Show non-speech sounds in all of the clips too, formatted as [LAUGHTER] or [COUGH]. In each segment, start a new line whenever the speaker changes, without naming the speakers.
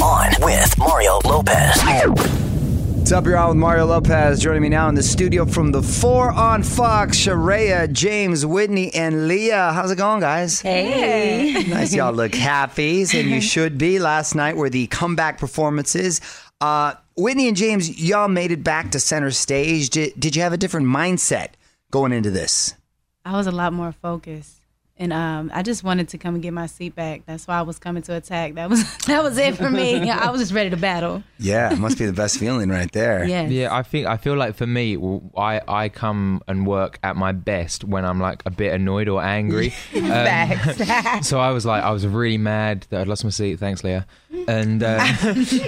On with Mario Lopez.
What's up? You're on with Mario Lopez. Joining me now in the studio from the Four on Fox, Sharia, James, Whitney, and Leah. How's it going, guys?
Hey.
Nice,
[LAUGHS]
y'all look happy, and you should be. Last night were the comeback performances. Uh, Whitney and James, y'all made it back to center stage. Did, did you have a different mindset going into this?
I was a lot more focused. And um, I just wanted to come and get my seat back. That's why I was coming to attack. That was [LAUGHS] that was it for me. I was just ready to battle.
Yeah, it must be the best feeling right there.
Yes.
Yeah, I think I feel like for me, w- I I come and work at my best when I'm like a bit annoyed or angry. Um, [LAUGHS] so I was like, I was really mad that I'd lost my seat. Thanks, Leah. And um, [LAUGHS]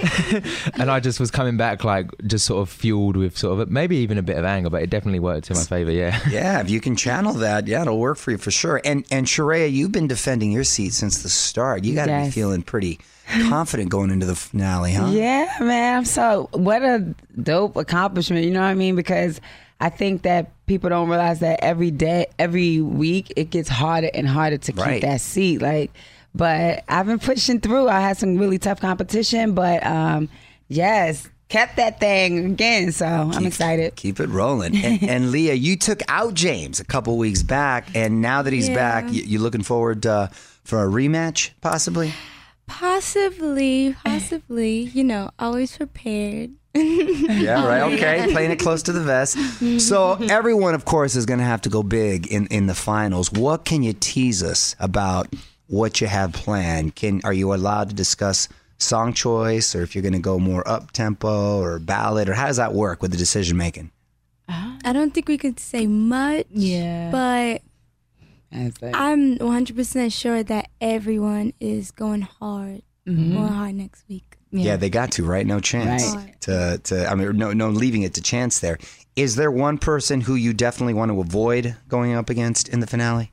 and I just was coming back like just sort of fueled with sort of maybe even a bit of anger, but it definitely worked to my favor. Yeah.
Yeah, if you can channel that, yeah, it'll work for you for sure. And and Sharia, you've been defending your seat since the start. You got to be
Yes.
feeling pretty confident going into the finale, huh?
Yeah, man. I'm so what a dope accomplishment. You know what I mean? Because I think that people don't realize that every day, every week, it gets harder and harder to
Right.
keep that seat. Like, but I've been pushing through. I had some really tough competition, but um, yes, kept that thing again. So I'm
Keep-
excited.
Keep it rolling.
[LAUGHS]
And, and Leah, you took out James a couple weeks back, and now that he's back, you, you looking forward uh, for a rematch, possibly?
Possibly, possibly. You know, always prepared.
Oh, Yeah, Mm-hmm. right. Okay, playing it close to the vest. So everyone, of course, is going to have to go big in in the finals. What can you tease us about what you have planned? Can are you allowed to discuss song choice, or if you're going to go more up tempo or ballad, or how does that work with the decision making?
I don't think we could say much.
Yeah.
But
And it's like-
I'm 100% sure that everyone is going hard. Going hard next week.
Yeah. they got to right. No chance
Right.
to to. I mean, no no leaving it to chance. There is there one person who you definitely want to avoid going up against in the finale?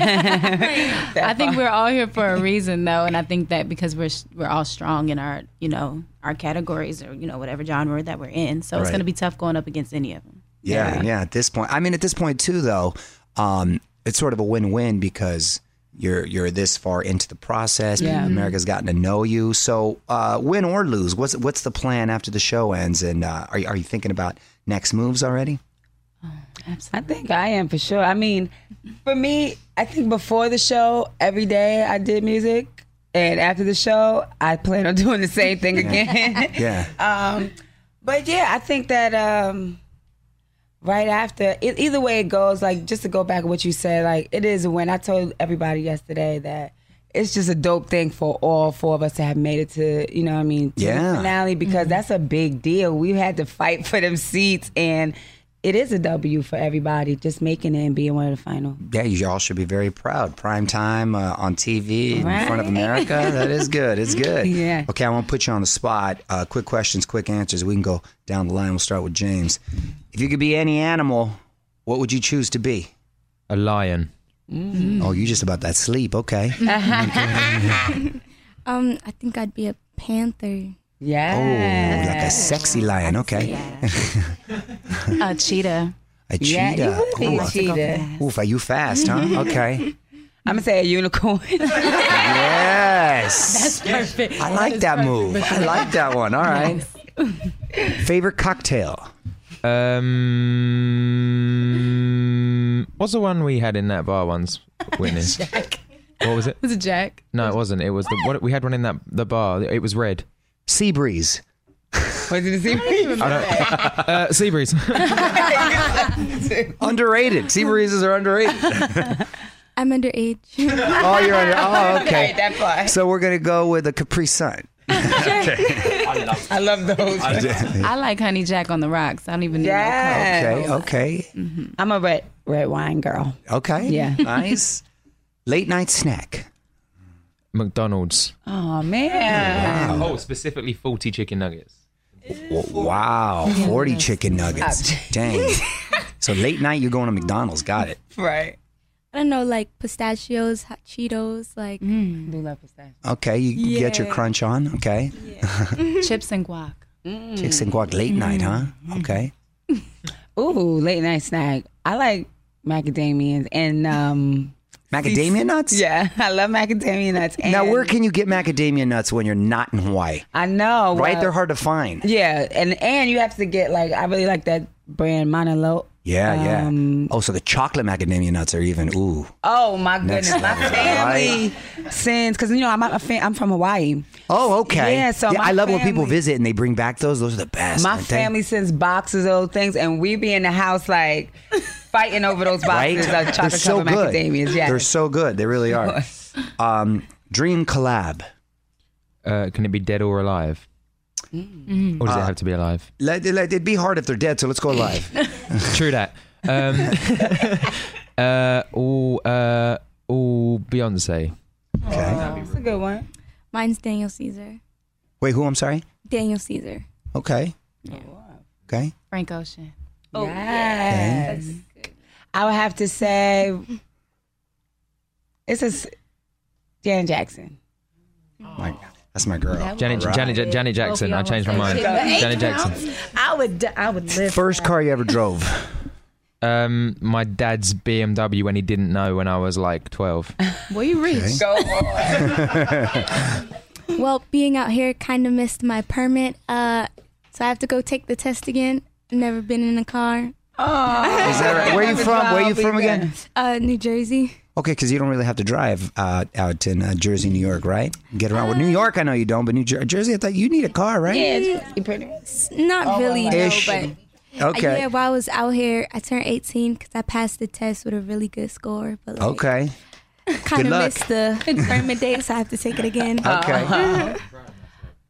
I think we're all here for a reason, though, and I think that because we're we're all strong in our you know our categories or you know whatever genre that we're in, so it's
Right.
going to be tough going up against any of them.
Yeah, yeah, At this point, I mean, at this point too, though, um, it's sort of a win-win because you're you're this far into the process.
Yeah.
America's gotten to know you. So, uh, win or lose, what's what's the plan after the show ends? And uh, are you- are you thinking about next moves already?
I think I am for sure. I mean, for me, I think before the show, every day I did music. And after the show, I plan on [LAUGHS] doing the same [LAUGHS] thing again.
Yeah,
Um, but yeah, I think that um, right after it, either way it goes like just to go back to what you said like it is a win i told everybody yesterday that it's just a dope thing for all four of us to have made it to you know what i mean to
Yeah.
the finale because that's a big deal we had to fight for them seats and it is a w for everybody just making it and being one of the final
Yeah, you all should be very proud. Prime time uh, on TV in front
Right.
of America. That is good. It's good.
[LAUGHS] Yeah.
Okay, I won't put you on the spot. Uh, quick questions, quick answers. We can go down the line. We'll start with James. If you could be any animal, what would you choose to be?
A lion.
Um,
Oh, you just about that sleep. Okay.
Um, I think I'd be a panther.
Oh,
yeah
like a sexy lion. Okay.
A Uh, cheetah.
A cheetah.
yeah you would be
Ooh,
a cheetah
uh, Oof, are you fast,
[LAUGHS]
huh? Okay.
i'm gonna say a unicorn [LAUGHS]
Yes.
Perfect.
I like that move. I like that one. All right. Favorite cocktail?
Um, what's the one we had in that bar once, Whitney? What was it?
Was it Jack?
No, it wasn't. It was the what we had one in that the bar. It was red.
Sea breeze.
was it a zebra?
Uh, sea breeze.
Underrated. Sea breezes are underrated.
[LAUGHS]
I'm underage. [LAUGHS]
Oh, you're under. Oh,
Right,
okay.
that part.
So we're gonna go with a Capri
[LAUGHS]
Sun.
I love those.
I like Honey Jack on the rocks. I don't even know.
Yeah.
Okay. Okay.
I'm a red red wine girl.
Okay.
Yeah.
[LAUGHS] Nice. Late night snack.
[LAUGHS] McDonald's.
Oh man.
Ah.
Oh, specifically faulty chicken nuggets.
W- Wow. Forty chicken nuggets.
[LAUGHS]
Dang. So late night, you're going to McDonald's. Got it.
Right.
I don't know, like pistachios, hot Cheetos, like
Do love pistachio.
Okay. You you get your
Yeah.
crunch on. Okay.
Chips and guac.
Chicks and guac
Mm-hmm.
late night, huh? Okay.
Ooh, late night snack. I like macadamias and um [LAUGHS]
Macadamia nuts.
yeah, I love macadamia nuts. And
Now, where can you get macadamia nuts when you're not in Hawaii?
I know
Right,
well,
Uh,
they're hard to find.
Yeah, and and you have to get like I really like that brand Monolo.
Yeah, yeah.
Um,
Oh, so the chocolate macadamia nuts are even ooh.
Oh my
Next
goodness, my
level,
family sends because you know I'm a fan, I'm from Hawaii.
Oh, okay.
Yeah, so my
I love when people
family-
visit and they bring back those. Those are the best.
My
aren't they?
family sends boxes of those things, and we be in the house like fighting over those
[LAUGHS] right?
boxes of
They're
chocolate
so
covered
good.
macadamias. Yeah,
They're so good. They really are. Um, dream collab.
Uh, can it be dead or alive?
Mm.
Or
Ah.
does it have to be alive?
Let, let, it'd be hard if they're dead, so let's go live.
[LAUGHS]
True that. Um, [LAUGHS] uh, all, uh, all Beyonce.
okay.
that's a good one.
mine's Daniel Caesar.
Wait, who? I'm sorry.
Daniel Caesar.
Okay. Okay.
Frank Ocean.
Oh, Yes. I would have to say it's a s- Jan Jackson.
My, that's my girl.
Janet,
All right.
Janet, Janet, Jackson. I changed my mind. Janet Jackson.
I would, d- I would live.
First car you ever drove.
Um, my dad's BMW when he didn't know when I was like 12.
Were you rich?
Go on.
Well, being out here kind of missed my permit, uh, so I have to go take the test again. Never been in a car.
Is that right?
[LAUGHS]
Where are you from? Where are you from again?
Uh, New Jersey.
Okay, because you don't really have to drive uh, out in uh, Jersey, New York, right? Get around.
Uh,
Well, New York, I know you don't, but New Jer- uh, Jersey, I thought you need a car, right?
Yeah, it's pretty- pretty.
S- Mm, Not
Oh,
really, no,
Ish.
but uh,
Okay.
yeah, while I was out here, I turned 18 because I passed the test with a really good score, but like,
Okay.
kind
Good
of
luck. Uh-huh.
missed
[LAUGHS]
the permit date, so I have to take it again.
Okay.
uh-huh.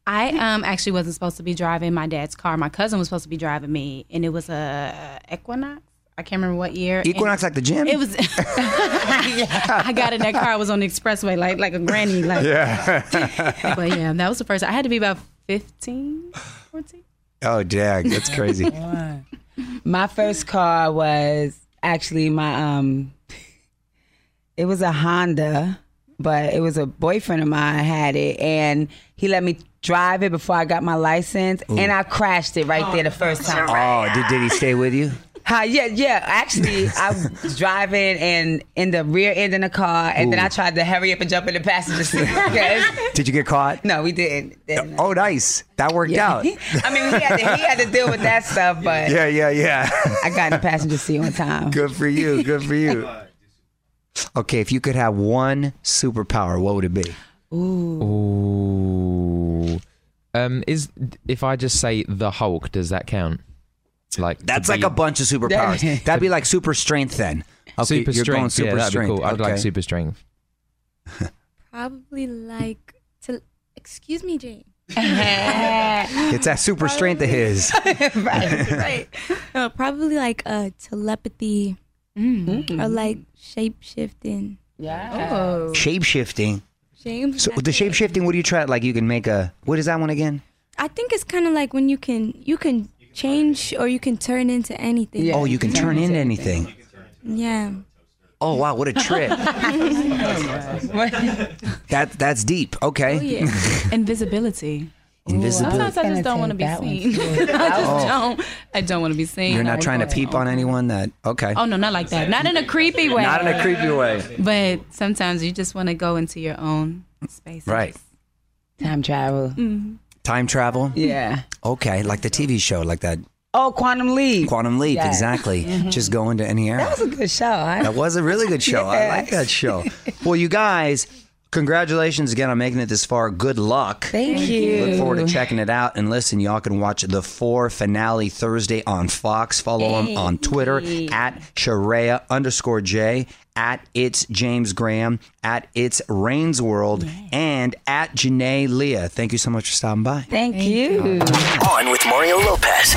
I um actually wasn't supposed to be driving my dad's car. My cousin was supposed to be driving me, and it was a Equinox. I can't remember what year. And
Equinox like the gym.
[LAUGHS] It was. I got in that car. I was on the expressway, like like a granny. Like yeah. [LAUGHS] but yeah, that was the first. I had to be about 15, 14.
oh, dang, that's
[LAUGHS]
crazy.
My first car was actually my um it was a Honda, but it was a boyfriend of mine had it and he let me drive it before I got my license and I crashed it right there the first time.
oh, did, did he stay with you?
Hi, yeah, yeah.
[LAUGHS]
Actually, I was driving and in the rear end in the car, and then I tried to hurry up and jump in the passenger seat.
[LAUGHS]
Yes.
Did you get caught?
No, we didn't. Didn't.
Oh, nice. That worked out.
I mean, he had, to, he had to deal with that stuff, but
Yeah, yeah, yeah. [LAUGHS]
I got in the passenger seat on time.
Good for you. Good for you. Okay, if you could have one superpower, what would it be?
Ooh. Um, is if I just say the Hulk, does that count? like to
That's like a
be-
bunch
[LAUGHS]
of superpowers. That'd be like super strength then. Okay,
super
you're
strength.
going super
yeah, that'd
strength.
be cool. I'd like
okay.
super strength.
Probably like to. Excuse me, Jane.
It's
[LAUGHS]
that super strength of his.
No, Uh, probably like a telepathy
Mm.
or like shape shifting.
Shape shifting.
James.
So the shape shifting, what do you try? Like you can make a what is that one again?
I think it's kind of like when you can you can change or you can turn into anything.
Yeah.
Oh, you can turn into anything.
Yeah.
Oh wow, what a trip.
[LAUGHS]
that that's deep.
Oh,
Okay. [LAUGHS]
Invisibility.
Invisibility.
Sometimes I just don't want to be
Gonna take
seen. [LAUGHS] I just don't. I don't want to be seen.
Oh. You're not trying to
Oh,
peep on anyone that okay.
Oh no, not like that. Not in a creepy way.
Not in a creepy way.
But sometimes you just want to go into your own space.
Right.
Time travel.
Time travel.
Yeah.
Okay, like the TV show, like that
Oh, Quantum Leap.
Quantum Leap.
Yes. Mm-hmm.
Exactly. Just go into any era.
That was a good show. I,
That was a really good show. I like that show. Well, you guys, congratulations again on making it this far. Good luck.
thank, you.
Look forward to checking it out. And listen, y'all can watch the four finale Thursday on Fox. Follow them on Twitter at Sharia underscore J, at It's James Graham, at It's Rain's World, and at Janae Leah. Thank you so much for stopping by.
Thank, you.
On with Mario Lopez.